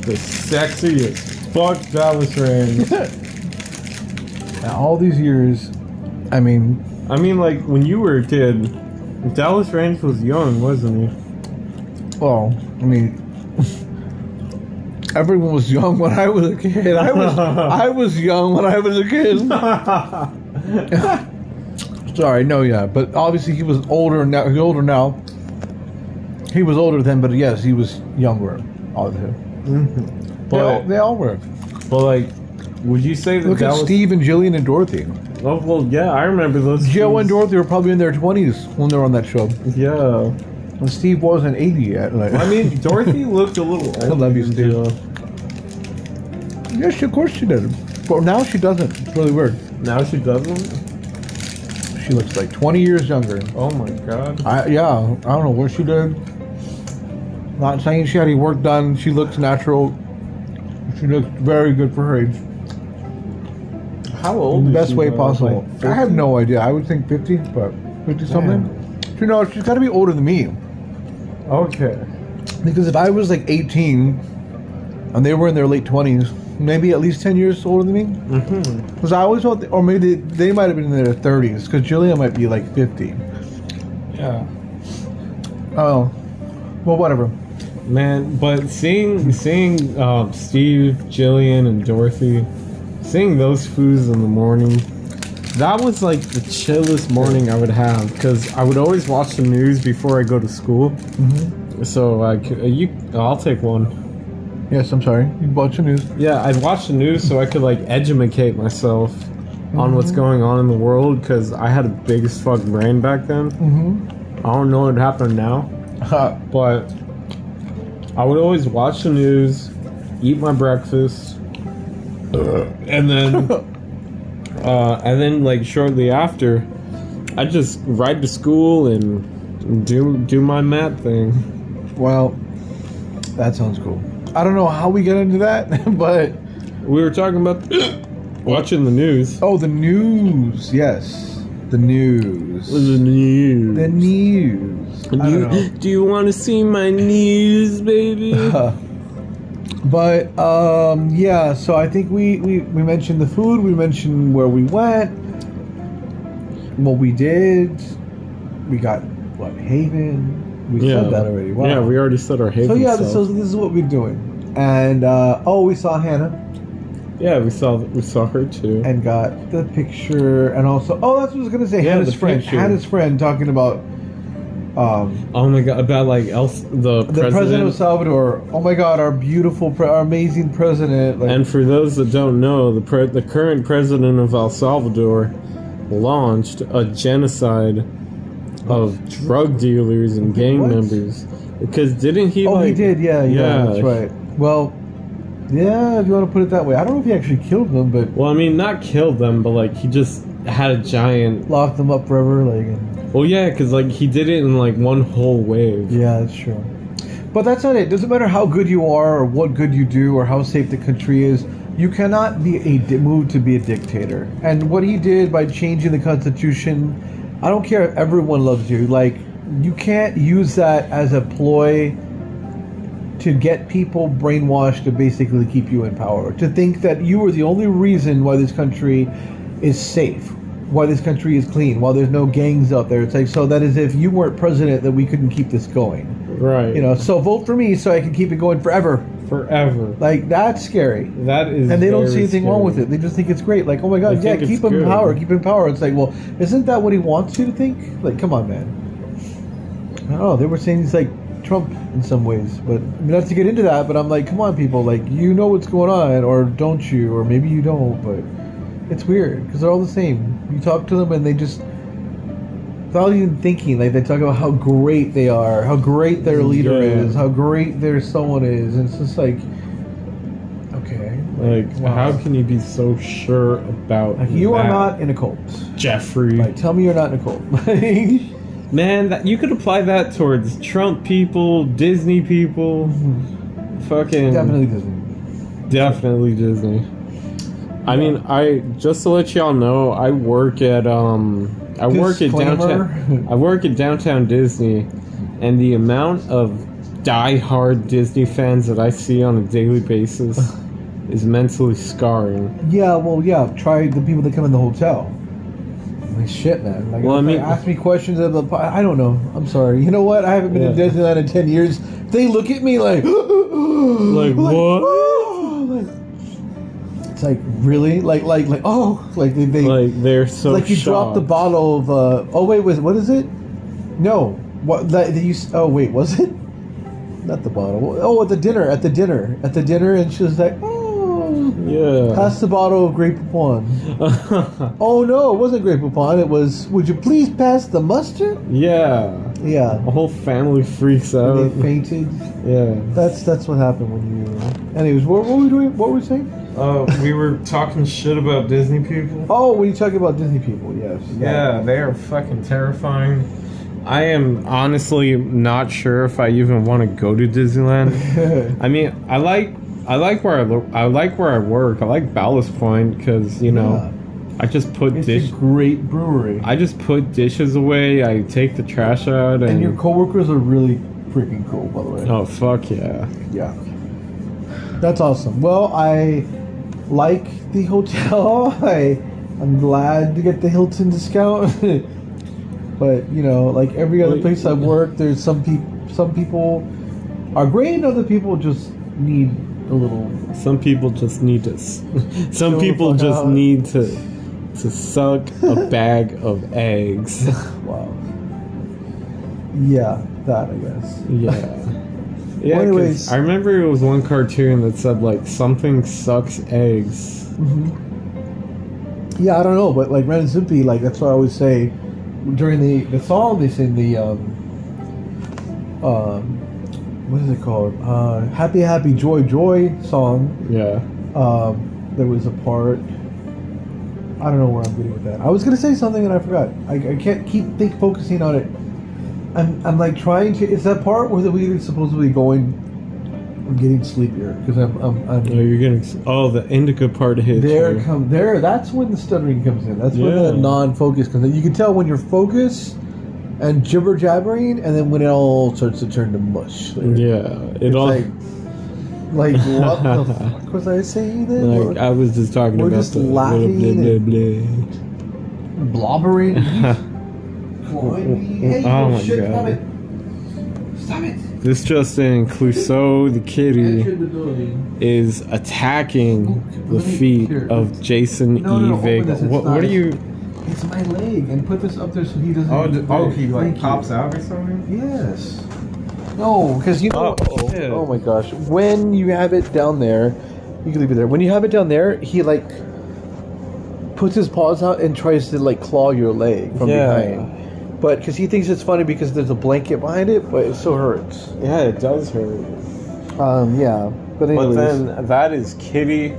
the sexiest. Fuck Dallas Range.
Now, all these years, I mean,
I mean, like when you were a kid, Dallas Range was young, wasn't he?
well, I mean, everyone was young when I was a kid. I was, I was young when I was a kid. Sorry, no, yeah, but obviously he was older now. He's older now. He was older then, but yes, he was younger. Obviously, they, all,
But
they all were.
but like, would you say that
Look at
Dallas?
Steve and Jillian and Dorothy.
Oh well, yeah, I remember those.
Joe and
dudes.
Dorothy were probably in their twenties when they were on that show.
Yeah,
And Steve wasn't eighty yet. Like,
I mean Dorothy looked a little. Older
love you,
than
Steve.
Jill.
yes, of course she did, but now she doesn't. It's really weird.
Now she doesn't.
She looks like twenty years younger.
Oh my god.
I yeah, I don't know what she did. Not saying she had any work done. She looks natural. She looks very good for her age.
How old?
the
is
best
she,
way
though?
possible.
Like,
I have no idea. I would think 50, but 50 something. You know, she's got to be older than me.
Okay.
Because if I was like 18 and they were in their late 20s, maybe at least 10 years older than me. Because
Mm-hmm.
I always thought, or maybe they, they might have been in their 30s, because Julia might be like 50.
Yeah.
Oh, well, whatever.
Man, but seeing seeing um, Steve, Jillian, and Dorothy, seeing those foods in the morning, that was like the chillest morning I would have because I would always watch the news before I go to school. So like you, I'll take one.
Yes, I'm sorry. You bought your news.
Yeah, I'd watch the news so I could like educate myself on what's going on in the world because I had a big as fuck brain back then.
Mm-hmm.
I don't know what happened now. But I would always watch the news, eat my breakfast, and then uh, and then like shortly after, I just ride to school and do do my math thing.
well, that sounds cool. I don't know how we got into that, but
We were talking about watching the news.
oh, the news. Yes, the news.
The news.
The news. I don't know.
You, do you want to see my news, baby?
Uh, but um, yeah, so I think we, we, we mentioned the food, we mentioned where we went, what we did. We got what Haven. We
yeah.
said that already. Wow.
Yeah, we already said our hate.
so yeah, this, so this is what we're doing. And uh, oh, we saw Hannah
yeah, we saw we saw her too.
and got the picture, and also oh, that's what I was gonna say.
Yeah,
Hannah's
the
friend,
picture.
Hannah's friend, talking about um,
Oh my god, about like else the,
the president. of Salvador. Oh my God, our beautiful, pre- our amazing president. Like,
And for those that don't know, the pre- the current president of El Salvador launched a genocide of drug dealers and gang
What?
members. Because didn't he?
Oh,
like,
he did. Yeah, yeah,
yeah.
that's right. Well, yeah, if you want to put it that way, I don't know if he actually killed them, but
Well, I mean, not killed them, but like he just had a giant.
locked them up forever. Like, and,
Well, yeah, because like he did it in like one whole wave.
yeah, that's true. But that's not it. Doesn't matter how good you are, or what good you do, or how safe the country is. You cannot be a di- moved to be a dictator. And what he did by changing the constitution, I don't care if everyone loves you. Like, you can't use that as a ploy to get people brainwashed to basically keep you in power, to think that you are the only reason why this country is safe, why this country is clean, why there's no gangs out there. It's like, so that is if you weren't president, that we couldn't keep this going.
Right.
You know, so vote for me so I can keep it going forever.
forever.
Like, that's scary.
That is.
And they don't see
very
anything wrong
scary.
with it. They just think it's great. Like, oh my God,
They
yeah,
think
keep
it's
him in
good.
power, keep him in power. It's like, well, isn't that what he wants you to think? Like, come on, man. I don't know. They were saying he's like Trump in some ways, but I mean, not to get into that. But I'm like, come on, people. Like, you know what's going on, or don't you? Or maybe you don't. But it's weird because they're all the same. You talk to them, and they just without even thinking, like they talk about how great they are, how great their leader
Yeah.
is, how great their someone is, and it's just like, okay.
Like,
Wow.
how can you be so sure about
Like, you are
that,
not in a cult.
Jeffrey?
Like, tell me you're not in a cult. Like,
Man, that, you could apply that towards Trump people, Disney people, fucking
definitely doesn't.
definitely Disney. I mean, I just to let y'all know, I work at um, I work at downtown.
Disclaimer.
I work at downtown Disney, and the amount of die-hard Disney fans that I see on a daily basis is mentally scarring.
Yeah, well, yeah. Try the people that come in the hotel. Like shit, man. Like,
Well, I
if they
mean-
ask me questions about. the- I don't know. I'm sorry. You know what? I haven't been to
Yeah.
Disneyland in ten years. They look at me like, like
what?
it's like really, like, like, like, oh, like they, they
Like they're so
like you dropped the
shocked.
bottle of uh, oh wait was what is it no what that, that you s- oh wait was it not the bottle oh at the dinner at the dinner at the dinner and she was like oh
Yeah.
pass the bottle of grape upon oh no it wasn't grape upon it was would you please pass the mustard
yeah.
yeah
A whole family freaks
and
out.
they fainted
Yeah.
that's that's what happened when you anyways what, what were we doing what were we saying
Uh, we were talking shit about Disney people.
oh when you talk about Disney people yes
Yeah, they are fucking terrifying. I am honestly not sure if I even want to go to Disneyland. I mean, I like I like where I, lo- I like where I work. I like Ballast Point because you know I just put
Uh, it's
dish
a great brewery
I just put dishes away. I take the trash out and,
and your coworkers are really freaking cool by the way
oh fuck yeah.
Yeah. That's awesome. Well, I like the hotel. I I'm glad to get the Hilton discount. but, you know, like every other
Wait.
place I work, there's some people some people Are Gray and other people just need a little?
Some people just need to. s- Some
the
people
fuck
just
out.
need to to suck a bag of eggs.
Wow. Yeah, that I guess.
Yeah. Yeah, 'cause
anyways-
I remember it was one cartoon that said like something sucks eggs.
Mm-hmm. Yeah, I don't know, but like Ren and Stimpy, like that's what I always say during the the song they sing the um um what is it called? Uh, happy Happy Joy Joy song.
Yeah.
Um, there was a part. I don't know where I'm getting with that. I was gonna say something and I forgot. I, I can't keep think focusing on it. I'm, I'm like trying to. It's that part where we are supposedly going. I'm getting sleepier because I'm I'm, I'm
Oh, you're getting. s- Oh, the indica part hit.
there
you.
it come there. That's when the stuttering comes in. That's when the
Yeah.
non-focus comes in. You can tell when you're focused and jibber jabbering, and then when it all starts to turn to mush. later.
Yeah. It
It's
all.
like, like what the fuck was I saying then?
Like I was just talking
We're
about
just
the
laughing
blah, blah,
and-
blah,
Blobbering, clawing. Hey,
Oh
oh
my
shit! Stop
God.
it! Stop it!
blah. This just in: Clouseau the
Enter
kitty
the building.
is
Oh,
attacking the feet of Jason
No, no,
E.
no, open
Vega.
this, it's
What,
not-
what are you?
It's my leg, and put this up there so he doesn't.
Oh, d- oh, he
Thank
like
you.
pops out or something.
Yes. No, because you know.
Uh-oh.
Oh, my gosh! When you have it down there, you can leave it there. When you have it down there, he like puts his paws out and tries to like claw your leg from
Yeah.
behind. But because he thinks it's funny because there's a blanket behind it, but it still hurts.
Yeah, it does hurt.
Um, yeah. But
But
anyways,
then that is Kitty,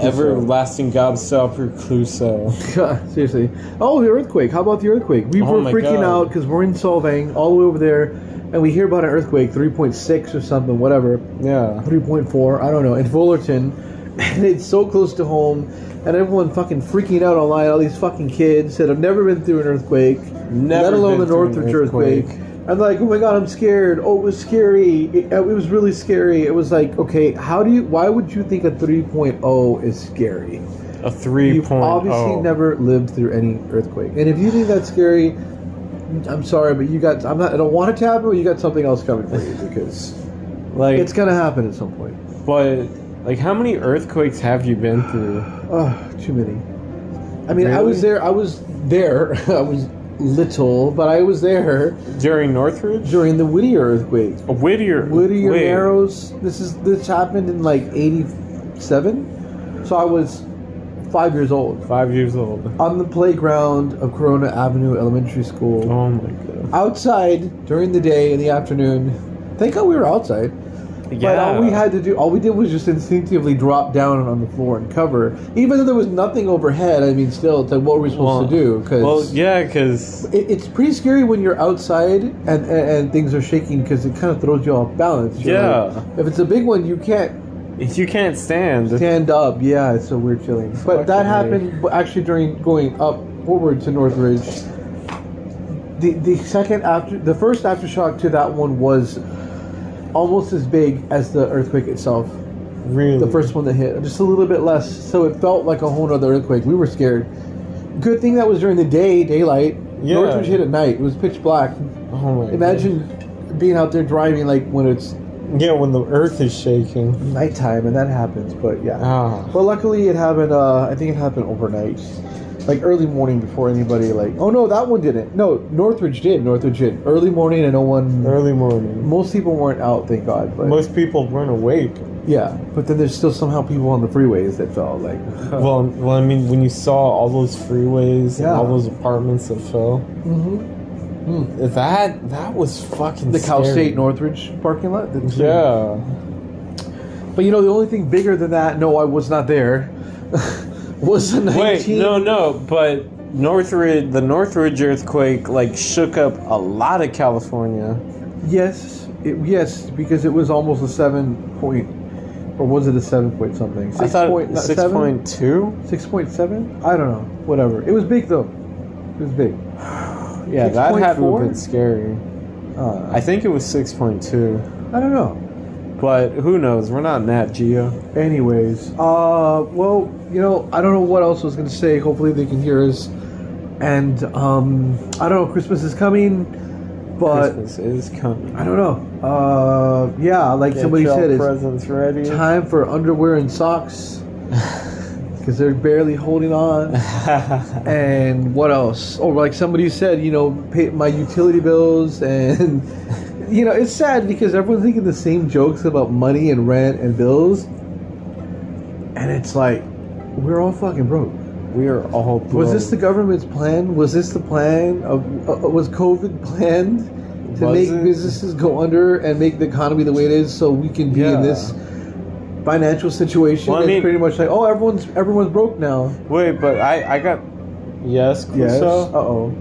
everlasting gobstopper Cluso.
God, seriously. Oh, the earthquake! How about the earthquake? We
Oh
were
my
freaking
God.
out because we're in Solvang, all the way over there, and we hear about an earthquake, three point six or something, whatever.
Yeah.
3.4, I don't know, in Fullerton. And it's so close to home, and everyone fucking freaking out online. All these fucking kids that have never been through an earthquake,
Never
let alone the
been through an
Northridge earthquake.
earthquake.
I'm like, oh my god, I'm scared. Oh, it was scary. It, uh, it was really scary. It was like, okay, how do you? Why would you think a 3.0 is scary?
A oh. 3.0.
You've obviously never lived through any earthquake, and if you think that's scary, I'm sorry, but you got. I'm not. I don't want to tap it. but You got something else coming for you because
Like,
it's gonna happen at some point.
but, like, how many earthquakes have you been through?
Oh, too many. I mean, I was
Really?
there. I was there. I was little, but I was there
During Northridge?
during the Whittier earthquake.
A Whittier.
Whittier
wait.
Narrows. This is this happened in like '87, so I was five years old
Five years old.
on the playground of Corona Avenue Elementary School.
Oh my god.
Outside during the day in the afternoon. Thank God we were outside.
Yeah.
But all we had to do, all we did was just instinctively drop down on the floor and cover. Even though there was nothing overhead, I mean, still, it's like, what were we supposed
Well,
to do? Because
Well, yeah, because.
it, it's pretty scary when you're outside and, and, and things are shaking because it kind of throws you off balance. You're
Yeah.
like- if it's a big one, you can't
You can't stand.
stand up. Yeah, it's a weird feeling. But that
Fucking
happened bu- actually during going up forward to Northridge. The, the second after the first aftershock to that one was almost as big as the earthquake itself
Really.
the first one that hit, just a little bit less. So it felt like a whole other earthquake. We were scared. Good thing that was during the day, daylight.
Yeah.
Northridge hit at night. It was pitch black.
Oh my
Imagine being out there driving like when it's
God. Yeah, when the earth is shaking.
nighttime, and that happens. But yeah.
Ah.
Well, luckily it happened. Uh, I think it happened overnight, like early morning before anybody. Like, oh no, that one didn't. No, Northridge did. Northridge did. Early morning, and no one.
Early morning.
Most people weren't out, thank God. But
Most people weren't awake.
yeah, but then there's still somehow people on the freeways that fell. Like,
Well, well, I mean, when you saw all those freeways
Yeah. Mm-hmm.
and
Mm.
all those apartments that fell, that that was fucking
the Cal
scary.
State Northridge parking lot. Didn't see it.
Yeah,
But you know, the only thing bigger than that, no, I was not there, was the 19.
wait, no, no, but Northridge, the Northridge earthquake, like shook up a lot of California.
Yes, it, yes, because it was almost a seven point, or was it a seven point something?
I
Six
thought
point- not
six
seven?
point two.
6.7? I don't know. Whatever. It was big, though. It was big.
Yeah, that had to have
6.4?
been scary.
Uh,
I think it was six point two,
I don't know.
but who knows? We're not Nat Geo.
Anyways, uh, well, you know, I don't know what else I was going to say. Hopefully they can hear us. And, um, I don't know, Christmas is coming. But
Christmas is coming.
I don't know. Uh, yeah, like
Get
somebody
your
said, it's
presents ready.
time for underwear and socks because they're barely holding on. and what else? Or like somebody said, you know, pay my utility bills and you know, it's sad because everyone's thinking the same jokes about money and rent and bills, and it's like we're all fucking broke.
we are all. Broke.
Was this the government's plan? Was this the plan of? Uh, was COVID planned to
Was
make
it?
businesses go under and make the economy the way it is, so we can be in
Yeah.
this financial situation?
Well, I
It's
mean-
pretty much like, oh, everyone's everyone's broke now.
Wait, but I I got. Yes,
Yes.
Cluso.
Uh oh.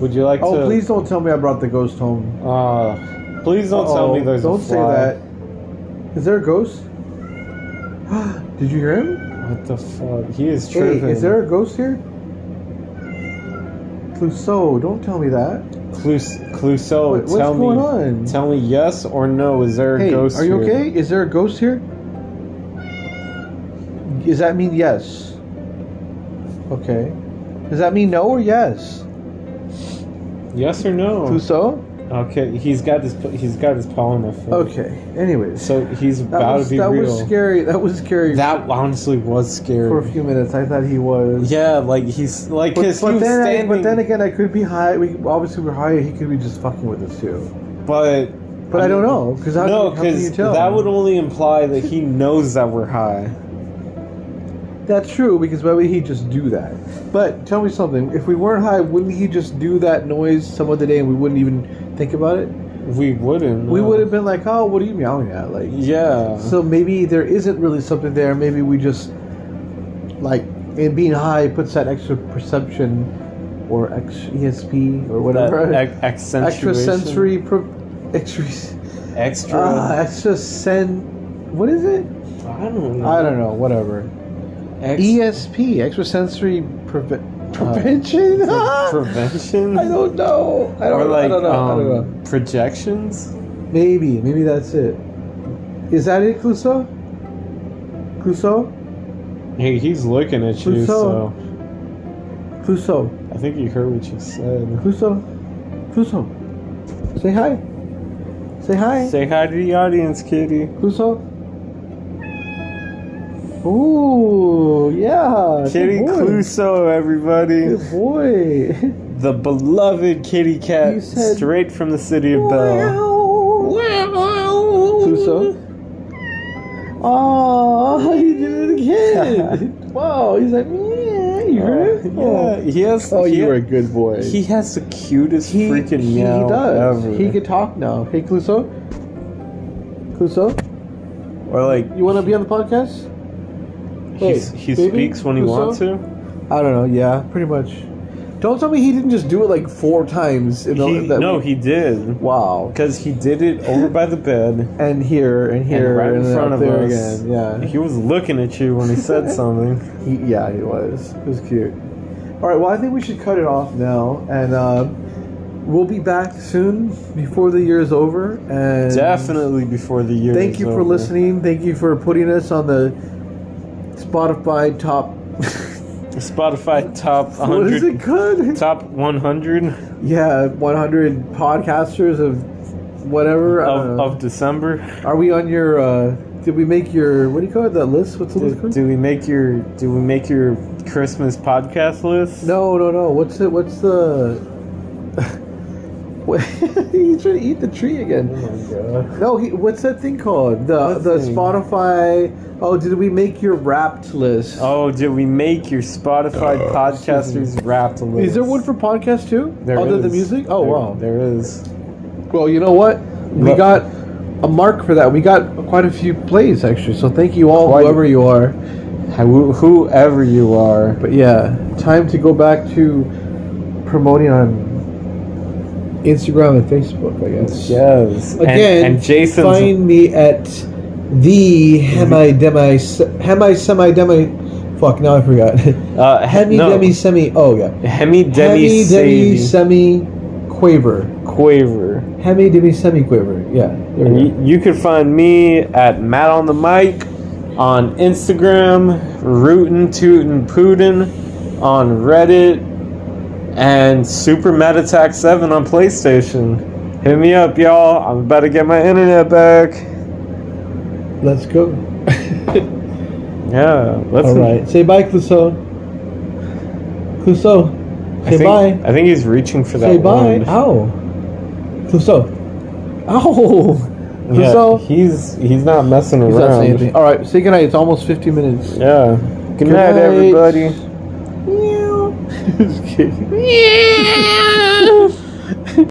Would you like to?
Oh, please don't tell me I brought the ghost home.
Uh, please don't tell
Uh-oh.
me there's
Don't
a
say
fly.
that. Is there a ghost? Did you hear him?
What the fuck? He is
Hey,
tripping.
is there a ghost here? Clouseau, don't tell me that.
Clus- Cluso,
What- what's
tell me.
going on?
Tell me yes or no. Is there a
Hey,
ghost?
are you
here?
okay? Is there a ghost here? Does that mean yes? Okay. Does that mean no or yes?
Yes or no?
Clouseau?
Okay, he's got this. He's got his paw on my foot.
Okay. Anyways,
So he's
that,
about
was,
to be
that
real.
was scary. That was scary
That honestly was scary.
for a few minutes. I thought he was.
Yeah, like he's like
But,
because he
but
was
then, I,
standing,
but then again, I could be high. We obviously we're high. He could be just fucking with us too.
but
But I, don't know because how,
no,
can- how can you
because
tell?
that would only imply that he knows that we're high.
That's true because why would he just do that? But tell me something. If we weren't high, wouldn't he just do that noise some other day and we wouldn't even think about it?
We wouldn't.
We
no.
would have been like, "Oh, what are you meowing at?" Like,
Yeah.
so maybe there isn't really something there. Maybe we just like and being high puts that extra perception or ex- ESP or
That
whatever
ex-
extra
accentuation.
sensory pro- extra
Extra.
ah, extra sen. What is it?
I don't know.
I don't know. Whatever.
Ex-
E ESP, extra sensory preve-
Uh,
prevention.
pre-
I
prevention.
don't know. I don't,
Or like
I don't know. I don't know.
um, projections.
Maybe, maybe that's it. Is that it, Clouseau? Clouseau?
Hey, he's looking at you,
Who's so-
so
Clouseau.
I think you heard what you said.
Clouseau. Clouseau. Say hi. Say hi.
Say hi to the audience, kitty.
Clouseau. Ooh, yeah.
Kitty
good boy.
Cluso, everybody.
Good boy.
The beloved kitty
You
cat
said-
straight from the city of Bell.
Wow. Clouseau. Oh, he did it again. wow, he's like, yeah, you heard it?
Yeah, he has.
Oh,
he,
you were a good boy.
he has the cutest freaking
he
meow
does.
ever.
He could talk now. Hey, Cluso. Cluso,
or like
you want to be on the podcast?
he, he speaks when he wants to.
I don't know. Yeah, pretty much. Don't tell me he didn't just do it like four times. In
He,
the, that
no,
we-
he did
wow.
because he did it over by the bed.
And here and here
and right in
then
front
up
of
there
us.
again. Yeah.
He was looking at you when he said something.
He, yeah, he was. It was cute. All right, well, I think we should cut it off now, and uh, we'll be back soon before the year's over. And
Definitely before the year.
thank
was
you for
over.
listening. Thank you for putting us on the Spotify top.
Spotify top
what is
100,
it called?
top 100
Yeah, 100 podcasters of whatever. I don't
of,
know.
of December.
Are we on your? Uh, did we make your? What do you call it? That list? What's the list
Do,
called?
do we make your do we make your Christmas podcast list?
No, no, no. What's it? What's the? What- He's trying to eat the tree again. No, he, what's that thing called? The
What
the
thing?
Spotify. Oh, did we make your wrapped list?
Oh, did we make your Spotify podcasters wrapped list?
Oh. is there one for podcast too?
There
other than
is.
music? Oh
There-
wow.
there is.
Well, you know what? We
What?
got a mark for that. We got quite a few plays actually. So thank you all,
Quite-
whoever you are.
Who- Whoever you are,
But yeah, time to go back to promoting on Instagram and Facebook. I guess.
yes. And-
Again,
and, Jason's
find me at the hemi demi se- hemi semi demi. Fuck, now I forgot.
uh,
hemi
no,
demi semi. Oh yeah. hemi
Hemi Demi
demi
Sadie
semi quaver.
Quaver.
Hemi demi semi quaver. Yeah. There
And
we go.
you, you can find me at Matt on the Mic on Instagram, Rootin' Tootin' Pootin' on Reddit, and Super Matt Attack 7 on PlayStation. Hit me up, y'all. I'm about to get my internet back.
Let's go.
Yeah, let's.
All right. Say bye, Clouseau. Clouseau.
I
Say
think,
bye.
I think he's reaching for that.
Say bye.
wand.
Ow. Clouseau. Ow.
Yeah,
Clouseau.
he's he's not messing
He's not saying
around.
anything. All right. Say goodnight. It's almost 50 minutes.
yeah. Good,
night.
night, everybody.
Just kidding.